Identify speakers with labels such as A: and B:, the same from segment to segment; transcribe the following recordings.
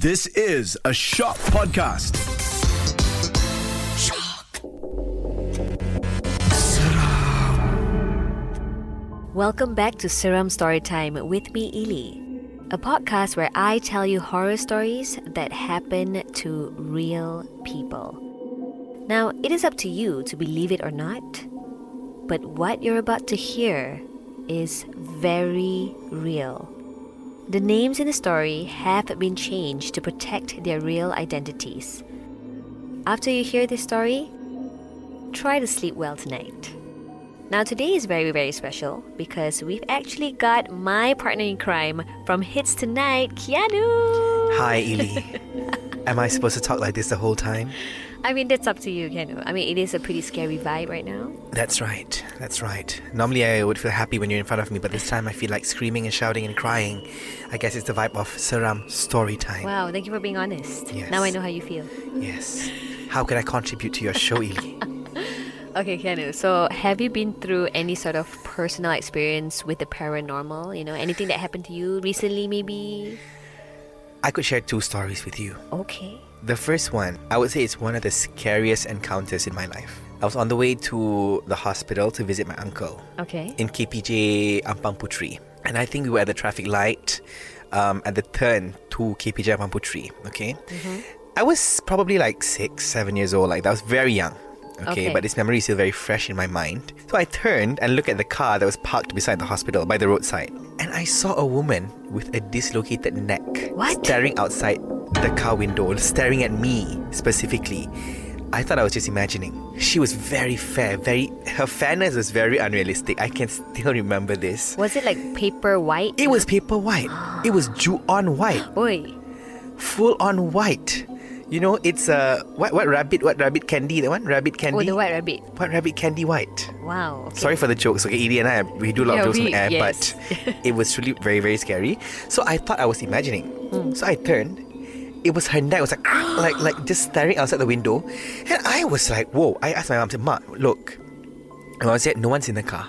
A: This is a Shock Podcast.
B: Welcome back to Serum Storytime with me, Ili, a podcast where I tell you horror stories that happen to real people. Now, it is up to you to believe it or not, but what you're about to hear is very real. The names in the story have been changed to protect their real identities. After you hear this story, try to sleep well tonight. Now, today is very, very special because we've actually got my partner in crime from Hits Tonight, Keanu.
C: Hi, Ili. Am I supposed to talk like this the whole time?
B: I mean, that's up to you, Keanu. I mean, it is a pretty scary vibe right now.
C: That's right. That's right. Normally, I would feel happy when you're in front of me, but this time I feel like screaming and shouting and crying. I guess it's the vibe of Seram story time.
B: Wow, thank you for being honest.
C: Yes.
B: Now I know how you feel.
C: Yes. How can I contribute to your show, Ili?
B: Okay, Keanu, so have you been through any sort of personal experience with the paranormal? You know, anything that happened to you recently, maybe?
C: I could share two stories with you.
B: Okay.
C: The first one, I would say it's one of the scariest encounters in my life. I was on the way to the hospital to visit my uncle.
B: Okay.
C: in KPJ Ampang Putri. And I think we were at the traffic light um, at the turn to KPJ Ampang Putri. Okay. I was probably like six, seven years old. Like that I was very young. Okay,
B: Okay.
C: But this memory is still very fresh in my mind. So I turned and looked at the car that was parked beside the hospital by the roadside. And I saw a woman with a dislocated neck
B: What?
C: staring outside the car window, staring at me specifically. I thought I was just imagining. She was very fair, very her fairness was very unrealistic. I can still remember this.
B: Was it like paper white?
C: It was paper white. It was Ju on white.
B: Oi. oh,
C: Full on white. You know, it's a what what rabbit what rabbit candy, the one? Rabbit candy.
B: Oh, the white rabbit.
C: What rabbit candy white?
B: Wow. Okay.
C: Sorry for the jokes. Okay, Edie and I, we do a lot
B: Yeah,
C: of jokes
B: we-
C: on air,
B: yes.
C: but it was really very, very scary. So I thought I was imagining.
B: Hmm.
C: So I turned. It was her neck. It was like, like, like just staring outside the window. And I was like, whoa. I asked my mom, I said, Ma, look. And I said, no one's in the car.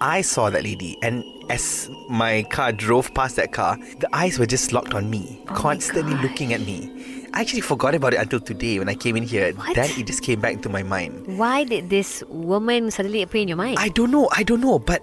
C: I saw that lady. And as my car drove past that car, the eyes were just locked on me,
B: Oh my
C: constantly
B: gosh.
C: looking at me. I actually forgot about it until today when I came in here.
B: What?
C: Then it just came back into my mind.
B: Why did this woman suddenly appear in your mind?
C: I don't know. I don't know. But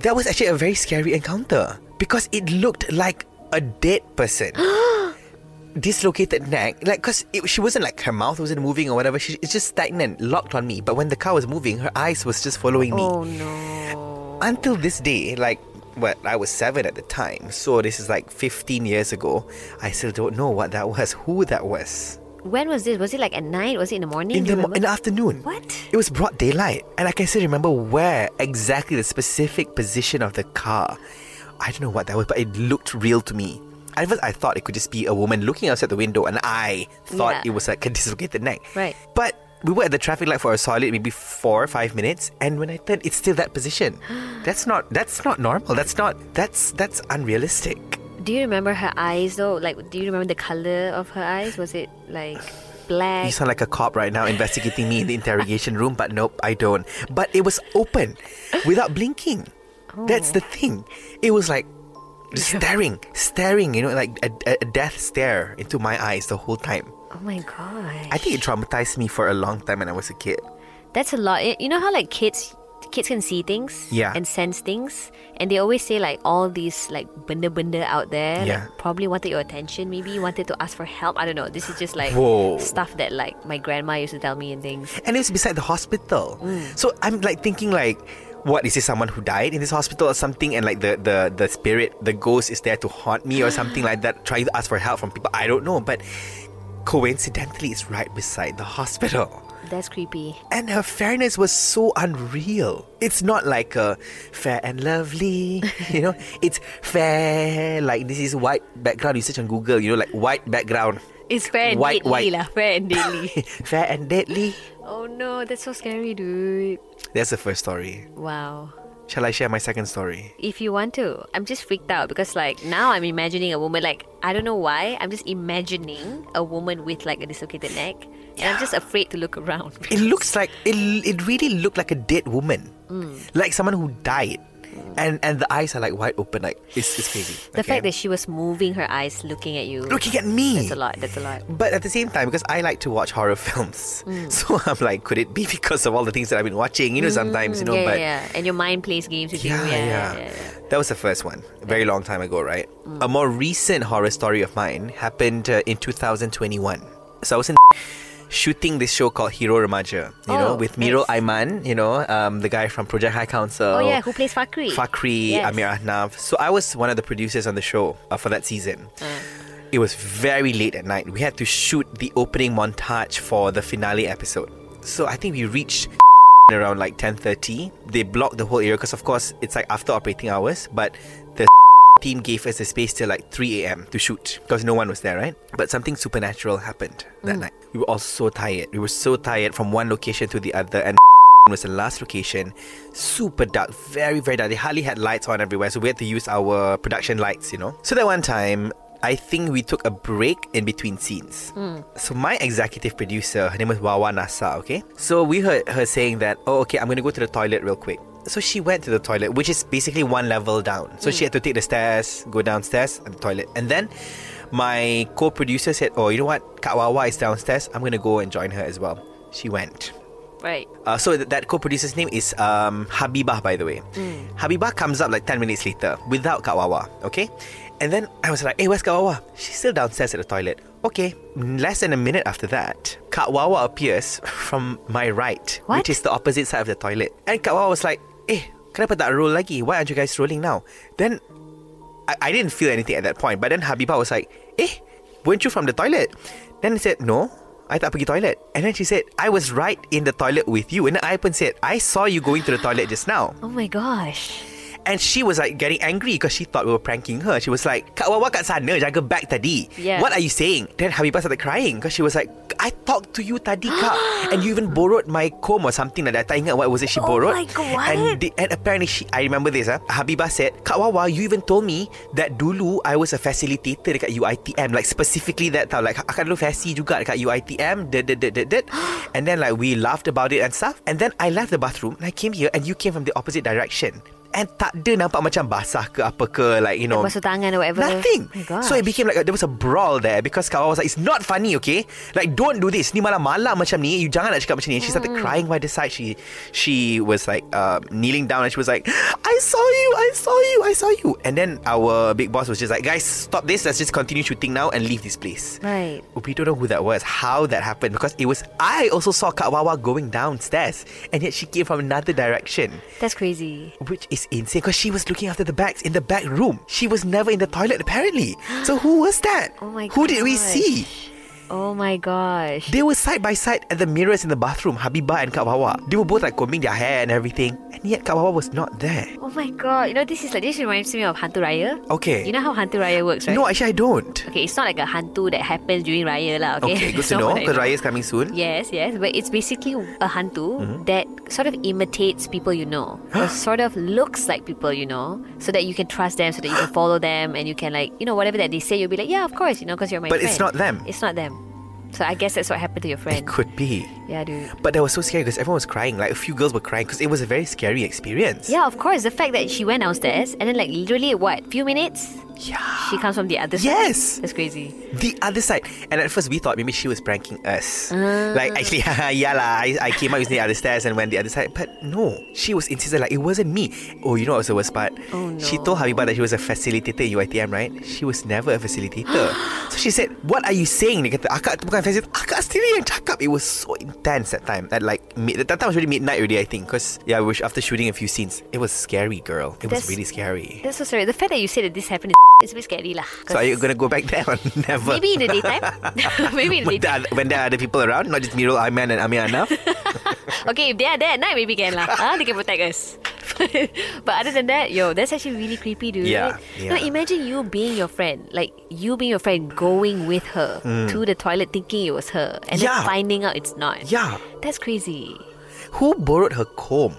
C: that was actually a very scary encounter because it looked like a dead person. Dislocated neck, like because she wasn't like her mouth wasn't moving or whatever. She it's just stagnant, locked on me. But when the car was moving, her eyes was just following me
B: oh no.
C: until this day, like what I was seven at the time, so this is like 15 years ago. I still don't know what that was, who that was.
B: When was this? Was it like at night? Was it in the morning?
C: In
B: Do you
C: the mo-
B: remember?
C: in the afternoon.
B: What?
C: It was broad daylight, and I can still remember where exactly the specific position of the car. I don't know what that was, but it looked real to me. At first, I thought it could just be a woman looking outside the window, and I thought
B: Yeah.
C: it was like a dislocated neck.
B: Right.
C: But we were at the traffic light for a solid maybe four or five minutes, and when I turned, it's still that position. That's not that's not normal. That's not that's that's unrealistic.
B: Do you remember her eyes though? Like, do you remember the color of her eyes? Was it like black?
C: You sound like a cop right now investigating me in the interrogation room, but nope, I don't. But it was open without blinking. That's the thing. It was like just staring, staring, you know, like a, a- a death stare into my eyes the whole time.
B: oh my god.
C: I think it traumatized me for a long time when I was a kid.
B: That's a lot. You know how like kids kids can see things
C: Yeah.
B: and sense things and they always say like all these like benda-benda out there
C: Yeah.
B: like, probably wanted your attention maybe wanted to ask for help i don't know this is just like
C: Whoa.
B: stuff that like my grandma used to tell me and things
C: And it was beside the hospital. So I'm like thinking like what is this someone who died in this hospital or something and like the, the the spirit the ghost is there to haunt me or something like that trying to ask for help from people i don't know but coincidentally it's right beside the hospital
B: that's creepy
C: and her fairness was so unreal. It's not like a fair and lovely, you know. It's fair, like this is white background. You search on Google, you know, like white background,
B: it's fair and
C: White,
B: deadly
C: white.
B: lah fair and deadly
C: fair and deadly.
B: oh no that's so scary dude
C: That's the first story.
B: wow
C: Shall I share my second story?
B: if you want to i'm just freaked out because like now i'm imagining a woman like i don't know why i'm just imagining a woman with like a dislocated neck and i'm just afraid to look around Mm.
C: It looks like it. It really looked like a dead woman, like someone who died. and and the eyes are like wide open, like it's, it's crazy.
B: The fact that she was moving her eyes, looking at you.
C: looking at me,
B: That's a lot. That's a lot.
C: But at the same time, because I like to watch horror films,
B: Mm.
C: so I'm like, could it be because of all the things that I've been watching? You know, sometimes you know,
B: Mm, yeah,
C: but
B: yeah, yeah. And your mind plays games with you. Yeah, yeah. yeah, yeah.
C: That was the first one, a very long time ago, right?
B: Mm.
C: A more recent horror story of mine happened uh, in 2021. So I was in shooting this show called Hero Remaja, you
B: Oh,
C: know, with Miro
B: nice.
C: Iman, you know, um, the guy from Project High Council.
B: Oh, yeah, who plays Fakri?
C: Fakri,
B: Yes.
C: Amir Ahnaf. So I was one of the producers on the show uh, for that season. It was very late at night. We had to shoot the opening montage for the finale episode. So I think we reached around like 10.30. They blocked the whole area because of course it's like after operating hours, but the team gave us the space till like 3 a.m. to shoot because no one was there, right? But something supernatural happened that night. We were all so tired. We were so tired from one location to the other and was the last location. Super dark, very, very dark. They hardly had lights on everywhere, so we had to use our production lights, you know. So that one time, I think we took a break in between scenes. So my executive producer, her name was Wawa Nasa, okay? So we heard her saying that, oh, okay, I'm gonna go to the toilet real quick. So she went to the toilet, which is basically one level down. So she had to take the stairs, go downstairs, and the toilet. And then my co-producer said, oh, you know what? Kak Wawa is downstairs. I'm gonna go and join her as well. She went.
B: Right.
C: Uh, so th- that co-producer's name is um, Habibah, by the way. Habibah comes up like 10 minutes later without Kak Wawa, okay? And then I was like, hey, where's Kak Wawa? She's still downstairs at the toilet. Okay, less than a minute after that, Kak Wawa appears from my right,
B: What?
C: which is the opposite side of the toilet. And Kak Wawa was like, eh, kenapa tak roll lagi? Why aren't you guys rolling now? Then I, I didn't feel anything at that point. But then Habibah was like, eh, weren't you from the toilet? Then I said, no, I tak pergi toilet. And then she said, I was right in the toilet with you. And then I pun said, I saw you going to the toilet just now.
B: Oh my gosh.
C: And she was like getting angry because she thought we were pranking her. She was like, Kak Wawa kat sana, jaga bag tadi.
B: Yeah.
C: What are you saying? Then Habibah started crying because she was like, I talked to you tadi, Kak. and you even borrowed my comb or something like that. Tak ingat what was it she
B: Oh
C: borrowed.
B: my God.
C: And, the- and apparently, she, I remember this. Ah, Habibah said, Kak Wawa, you even told me that dulu I was a facilitator dekat UITM. Like specifically that tau. Like, akak dulu fasi juga dekat UITM. Did, did, did, did, did. and then like we laughed about it and stuff. And then I left the bathroom and I came here and you came from the opposite direction. And tak ada nampak macam basah ke apa ke like you know
B: Basuh tangan or whatever. Oh
C: Nothing.
B: my gosh.
C: so it became like a, there was a brawl there because Kawa was like, "It's not funny, okay? Like don't do this. Ni malam-malam macam ni. You jangan nak cakap macam ni." And she started
B: Hmm.
C: crying by the side. She she was like uh, kneeling down and she was like, "I saw you. I saw you. I saw you." And then our big boss was just like, "Guys, stop this. Let's just continue shooting now and leave this place."
B: Right.
C: We don't know who that was, how that happened, because it was I also saw Kak Wawa going downstairs, and yet she came from another direction
B: That's crazy.
C: which is insane because she was looking after the bags in the back room. She was never in the toilet apparently. So who was that?
B: Oh my
C: who did we
B: gosh.
C: see?
B: Oh my gosh.
C: They were side by side at the mirrors in the bathroom, Habibah and Kak Wawa. They were both like combing their hair and everything, and yet Kak Wawa was not there.
B: Oh my god. You know, this is like, this reminds me of Hantu Raya.
C: Okay.
B: You know how Hantu Raya works, right?
C: No, actually I don't.
B: Okay, it's not like a hantu that happens during Raya lah, okay?
C: Okay, good
B: It's not
C: to know
B: like-
C: because Raya is coming soon.
B: Yes, yes, but it's basically a hantu
C: Mm-hmm.
B: that sort of imitates people you know, or sort of looks like people you know, so that you can trust them, so that you can follow them, and you can like, you know, whatever that they say, you'll be like, yeah, of course, you know, because you're my
C: But
B: friend.
C: it's not them.
B: It's not them. So I guess that's what happened to your
C: It
B: friend.
C: could be.
B: Yeah, dude.
C: But that was so scary because everyone was crying. Like a few girls were crying because it was a very scary experience.
B: Yeah, of course. The fact that she went downstairs and then like literally what, few minutes,
C: Yeah.
B: she comes from the other side.
C: Yes.
B: That's crazy.
C: The other side. And at first we thought maybe she was pranking us.
B: Ah.
C: Like actually, yeah lah, I, I came out using the other stairs and went the other side. But no, she was insistent like it wasn't me. Oh, you know what was the worst part?
B: Oh,
C: She
B: no.
C: told Habibah that she was a facilitator in UITM, right? She was never a facilitator. so she said, what are you saying? Dia kata, akak tu bukan facilitator. Akak sendiri yang cakap. It was so intense that time. At like, mid, that time was really midnight already, I think. Because, yeah, we were after shooting a few scenes. It was scary, girl. It
B: That's-
C: was really scary.
B: That's so sorry. The fact that you said that this happened is it's a bit scary lah.
C: So are you going to go back there or never?
B: Maybe in the daytime. maybe in the
C: when
B: daytime.
C: there, are, when there are other people around, not just Mirul, Ayman, and Amir Anaf.
B: Okay, if they are there at night, maybe can lah. huh? They can protect us. but other than that, yo, that's actually really creepy, dude.
C: Yeah,
B: No,
C: yeah.
B: imagine you being your friend, like you being your friend, going with her to the toilet, thinking it was her, and
C: Mm. Yeah.
B: then finding out it's not.
C: yeah.
B: That's crazy.
C: Who borrowed her comb?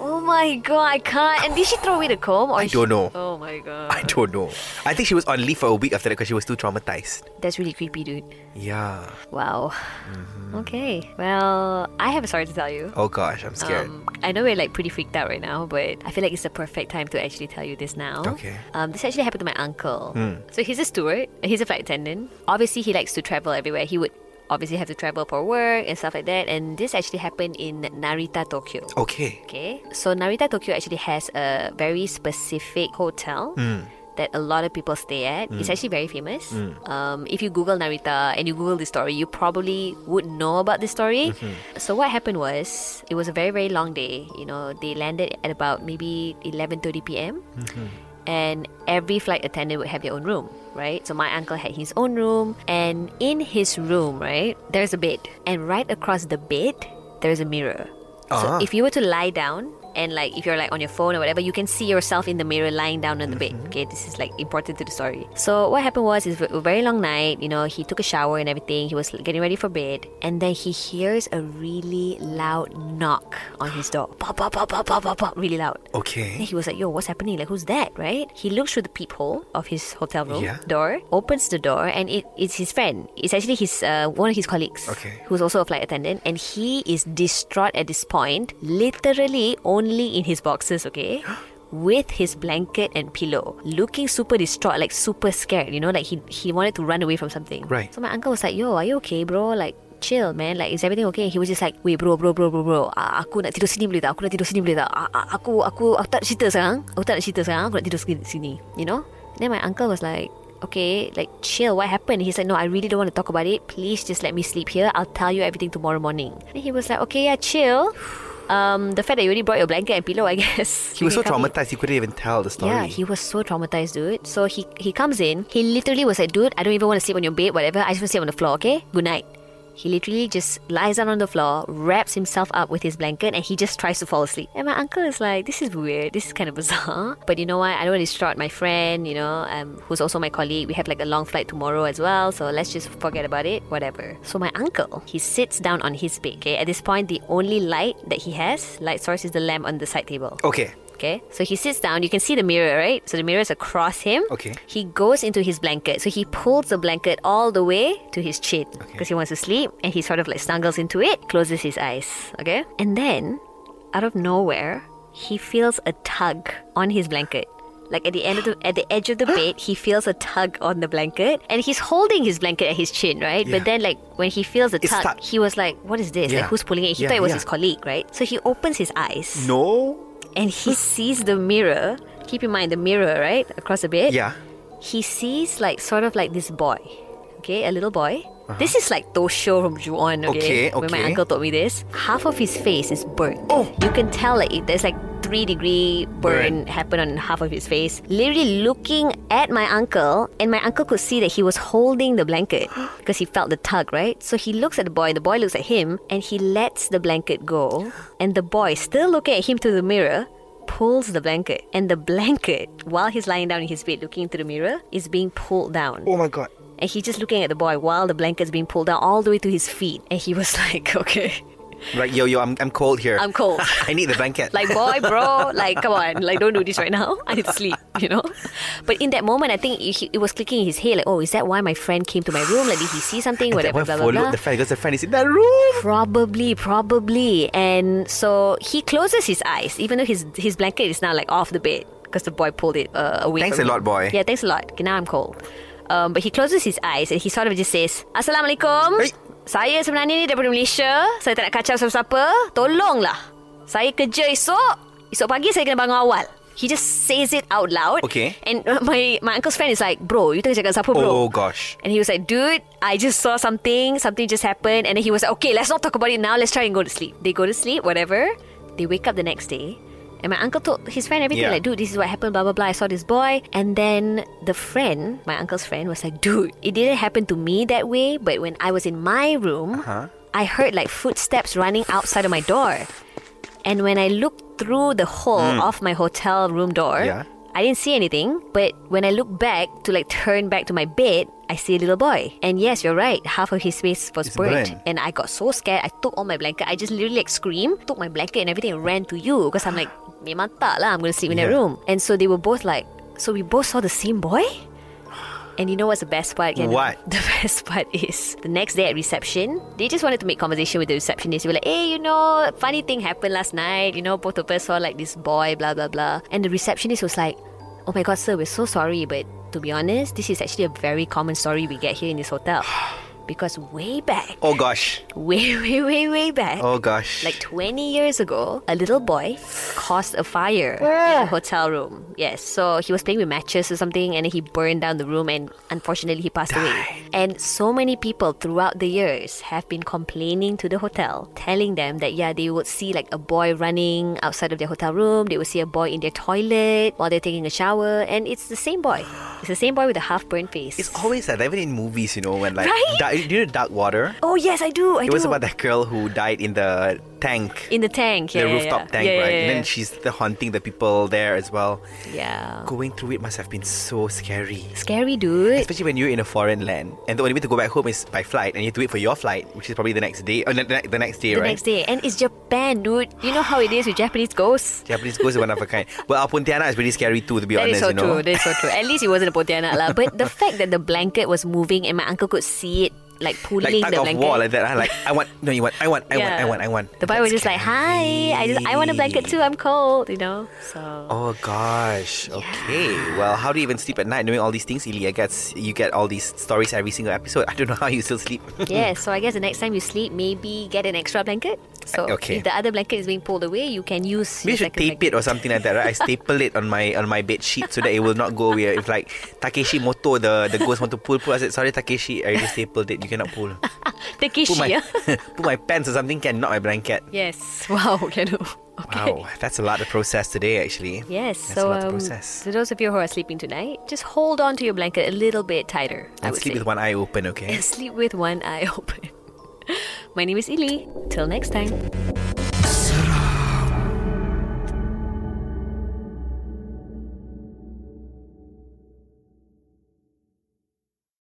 B: Oh my god, I can't. And did she throw away the comb? Or
C: I
B: she-
C: don't know.
B: Oh my god.
C: I don't know. I think she was on leave for a week after that because she was too traumatized.
B: That's really creepy, dude.
C: Yeah.
B: Wow.
C: Mm-hmm.
B: Okay. Well, I have a story to tell you.
C: Oh gosh, I'm scared.
B: Um, I know we're like pretty freaked out right now, but I feel like it's the perfect time to actually tell you this now.
C: Okay. Hmm.
B: Um, this actually happened to my uncle. So he's a steward. He's a flight attendant. Obviously, he likes to travel everywhere. He would obviously have to travel for work and stuff like that. And this actually happened in Narita, Tokyo.
C: okay.
B: Okay. So Narita, Tokyo actually has a very specific hotel. That a lot of people stay at. It's actually very famous. Um, if you Google Narita and you Google this story, you probably would know about this story. So what happened was, it was a very very long day. You know, they landed at about maybe 11:30 p.m. And every flight attendant would have their own room, right? So my uncle had his own room, and in his room, right, there's a bed, and right across the bed there's a mirror. So
C: Ah.
B: if you were to lie down and like if you're like on your phone or whatever, you can see yourself in the mirror lying down on the bed. Okay, this is like important to the story. So what happened was it's a very long night. You know, he took a shower and everything. He was getting ready for bed, and then he hears a really loud knock on his door. Pop, pop, pop, pop, pop, pop, pop, really loud. Then
C: Okay.
B: he was like, yo, what's happening? Like, who's that, right? He looks through the peephole of his hotel room
C: Yeah.
B: door, opens the door, and it, it's his friend. It's actually his uh, one of his colleagues,
C: Okay.
B: who's also a flight attendant, and he is distraught at this point, literally only in his boxes, okay? With his blanket and pillow, looking super distraught, like super scared, you know, like he, he wanted to run away from something.
C: Right.
B: So my uncle was like, yo, are you okay, bro? Like, chill, man. Like, is everything okay? He was just like, wait, bro, bro, bro, bro, bro. Ah, aku nak tidur sini boleh tak? Aku nak tidur sini boleh tak? Ah, ah, aku, aku, aku tak nak cerita sekarang. Aku tak nak cerita sekarang. Aku nak tidur sini, sini. You know? Then my uncle was like, okay, like, chill. What happened? He's like, no, I really don't want to talk about it. Please just let me sleep here. I'll tell you everything tomorrow morning. And he was like, okay, yeah, chill. Um, the fact that you already brought your blanket and pillow, I guess.
C: He was
B: You
C: so
B: can come in.
C: traumatized he couldn't even tell the story.
B: Yeah, he was so traumatized, dude. So he he comes in. He literally was like, dude, I don't even want to sleep on your bed, whatever. I just want to sleep on the floor, okay? Good night. He literally just lies down on the floor, wraps himself up with his blanket, and he just tries to fall asleep. And my uncle is like, this is weird. This is kind of bizarre. But you know what? I don't want to distract my friend, you know, um, who's also my colleague. We have like a long flight tomorrow as well, so let's just forget about it, whatever. So my uncle, he sits down on his bed, okay? At this point, the only light that he has, light source, is the lamp on the side table.
C: okay.
B: Okay, so he sits down. You can see the mirror, right? So the mirror is across him.
C: Okay.
B: He goes into his blanket. So he pulls the blanket all the way to his chin because
C: Okay.
B: he wants to sleep and he sort of like snuggles into it, closes his eyes. Okay? And then, out of nowhere, he feels a tug on his blanket. Like at the end of the at the edge of the bed, he feels a tug on the blanket, and he's holding his blanket at his chin, right? But
C: Yeah.
B: then, like when he feels the
C: It's
B: tug,
C: stuck.
B: he was like, "What is this? Like
C: Yeah.
B: who's pulling it?" He
C: Yeah,
B: thought it was
C: yeah.
B: his colleague, right? So he opens his eyes
C: No.
B: and he sees the mirror. Keep in mind the mirror, right? Across the bed.
C: Yeah.
B: He sees like sort of like this boy. Okay, a little boy. This is like Tosho from Ju-on, okay?
C: Uh-huh. Okay,
B: When my
C: okay.
B: uncle told me this. Half of his face is burnt.
C: Oh.
B: You can tell like it, there's like three degree burn happened on half of his face. Literally looking at my uncle, and my uncle could see that he was holding the blanket because he felt the tug, right? So he looks at the boy, the boy looks at him, and he lets the blanket go. And the boy, still looking at him through the mirror, pulls the blanket. And the blanket, while he's lying down in his bed looking into the mirror, is being pulled down.
C: Oh my god.
B: And he's just looking at the boy while the blanket's being pulled down all the way to his feet. And he was like, okay,
C: Right, yo, yo, I'm, I'm cold here.
B: I'm cold.
C: I need the blanket.
B: like boy bro like come on like don't do this right now i need to sleep you know but in that moment i think it, he- it was clicking in his head like oh is that why my friend came to my room like did he see something
C: that
B: whatever
C: one
B: blah blah blah
C: followed the friend because the friend is in that room.
B: probably probably and so he closes his eyes even though his his blanket is now like off the bed because the boy pulled it uh, away
C: Thanks
B: from
C: a
B: him.
C: lot, boy.
B: yeah thanks a lot okay now i'm cold um, but he closes his eyes and he sort of just says Assalamualaikum
C: Hey.
B: saya sebenarnya ni daripada Malaysia saya tak nak kacau siapa-siapa tolonglah saya kerja esok esok pagi saya kena bangun awal He just says it out loud.
C: Okay.
B: And uh, my my uncle's friend is like, bro, you tengah cakap siapa bro?
C: Oh gosh.
B: And he was like, dude, I just saw something. Something just happened. And then he was like, okay, let's not talk about it now. Let's try and go to sleep. They go to sleep, whatever. They wake up the next day. And my uncle told his friend everything,
C: Yeah.
B: like, dude, this is what happened, blah, blah, blah. I saw this boy. And then the friend, my uncle's friend, was like, dude, it didn't happen to me that way. But when I was in my room,
C: Uh-huh.
B: I heard like footsteps running outside of my door. And when I looked through the hole of my hotel room door,
C: Mm. Yeah.
B: I didn't see anything, but when I looked back to like turn back to my bed, I see a little boy. And yes, you're right, half of his face was
C: It's
B: burnt.
C: burnt.
B: And I got so scared, I took all my blanket. I just literally like screamed, took my blanket and everything and ran to you because I'm like, memang tak lah, I'm gonna sleep in that
C: Yeah.
B: room. And so they were both like, so we both saw the same boy? And you know what's the best part? Kenan?
C: What?
B: The best part is the next day at reception, they just wanted to make conversation with the receptionist. They were like, hey, you know, funny thing happened last night. You know, both of us saw like this boy, blah, blah, blah. And the receptionist was like, oh my God, sir, we're so sorry. But to be honest, this is actually a very common story we get here in this hotel. Because way back,
C: Oh gosh.
B: way, way, way, way back,
C: Oh gosh.
B: like 20 years ago, a little boy caused a fire in a hotel room. Yes, so he was playing with matches or something and he burned down the room and unfortunately he passed away. And so many people throughout the years have been complaining to the hotel, telling them that yeah, they would see like a boy running outside of their hotel room, they would see a boy in their toilet while they're taking a shower and it's the same boy. It's the same boy with a half-burned face.
C: It's always like that, even in movies, you know, when like
B: Right?
C: dark, do you know Dark Water?
B: Oh yes, I do. I
C: it was
B: do.
C: about that girl who died in the tank,
B: in the tank, yeah,
C: the
B: yeah,
C: rooftop
B: yeah.
C: tank,
B: Yeah, yeah,
C: right?
B: Yeah,
C: And then she's the haunting the people there as well.
B: yeah.
C: Going through it must have been so scary.
B: Scary dude.
C: Especially when you're in a foreign land, and the only way to go back home is by flight, and you have to wait for your flight, which is probably the next day, or the, the, the next day,
B: the
C: right?
B: next day. And it's Japan, dude. You know how it is with Japanese ghosts.
C: Japanese ghosts are one of a kind. Well, our Pontianak is really scary too, to be
B: That is
C: honest.
B: so
C: you know,
B: true. That is so true. At least it wasn't a Pontianak lah. But the fact that the blanket was moving and my uncle could see it, like
C: like
B: pulling
C: tug
B: the
C: of
B: blanket.
C: war like that. Huh? Like I want, no, you want, I want, I
B: Yeah.
C: want, I want, I want.
B: The boy was
C: That's
B: just like, "Hi, I just I want a blanket
C: scary.
B: too. I'm cold," you know. So
C: Oh gosh. Okay. Well, how do you even sleep at night knowing all these things, Ili? I guess you get all these stories every single episode. I don't know how you still sleep.
B: yeah. So I guess the next time you sleep, maybe get an extra blanket. So
C: Uh, Okay.
B: if the other blanket is being pulled away, you can use. your
C: Maybe I should
B: second
C: tape
B: blanket.
C: it or something like that, right? I staple it on my on my bed sheet so that it will not go away. If like Takeshi Moto, the, the ghost want to pull, pull. I said, sorry Takeshi, I just stapled it. You cannot pull. Put
B: Takeshi.
C: my
B: yeah?
C: put my pants or something can, not my blanket.
B: Yes. Wow. Can do. Okay.
C: Wow, that's a lot of process today actually.
B: Yes,
C: That's a
B: so
C: lot of
B: um,
C: process.
B: to those of you who are sleeping tonight, just hold on to your blanket a little bit tighter. I
C: And
B: would
C: sleep
B: say.
C: with one eye open, okay?
B: and sleep with one eye open. My name is Ili. Till next time.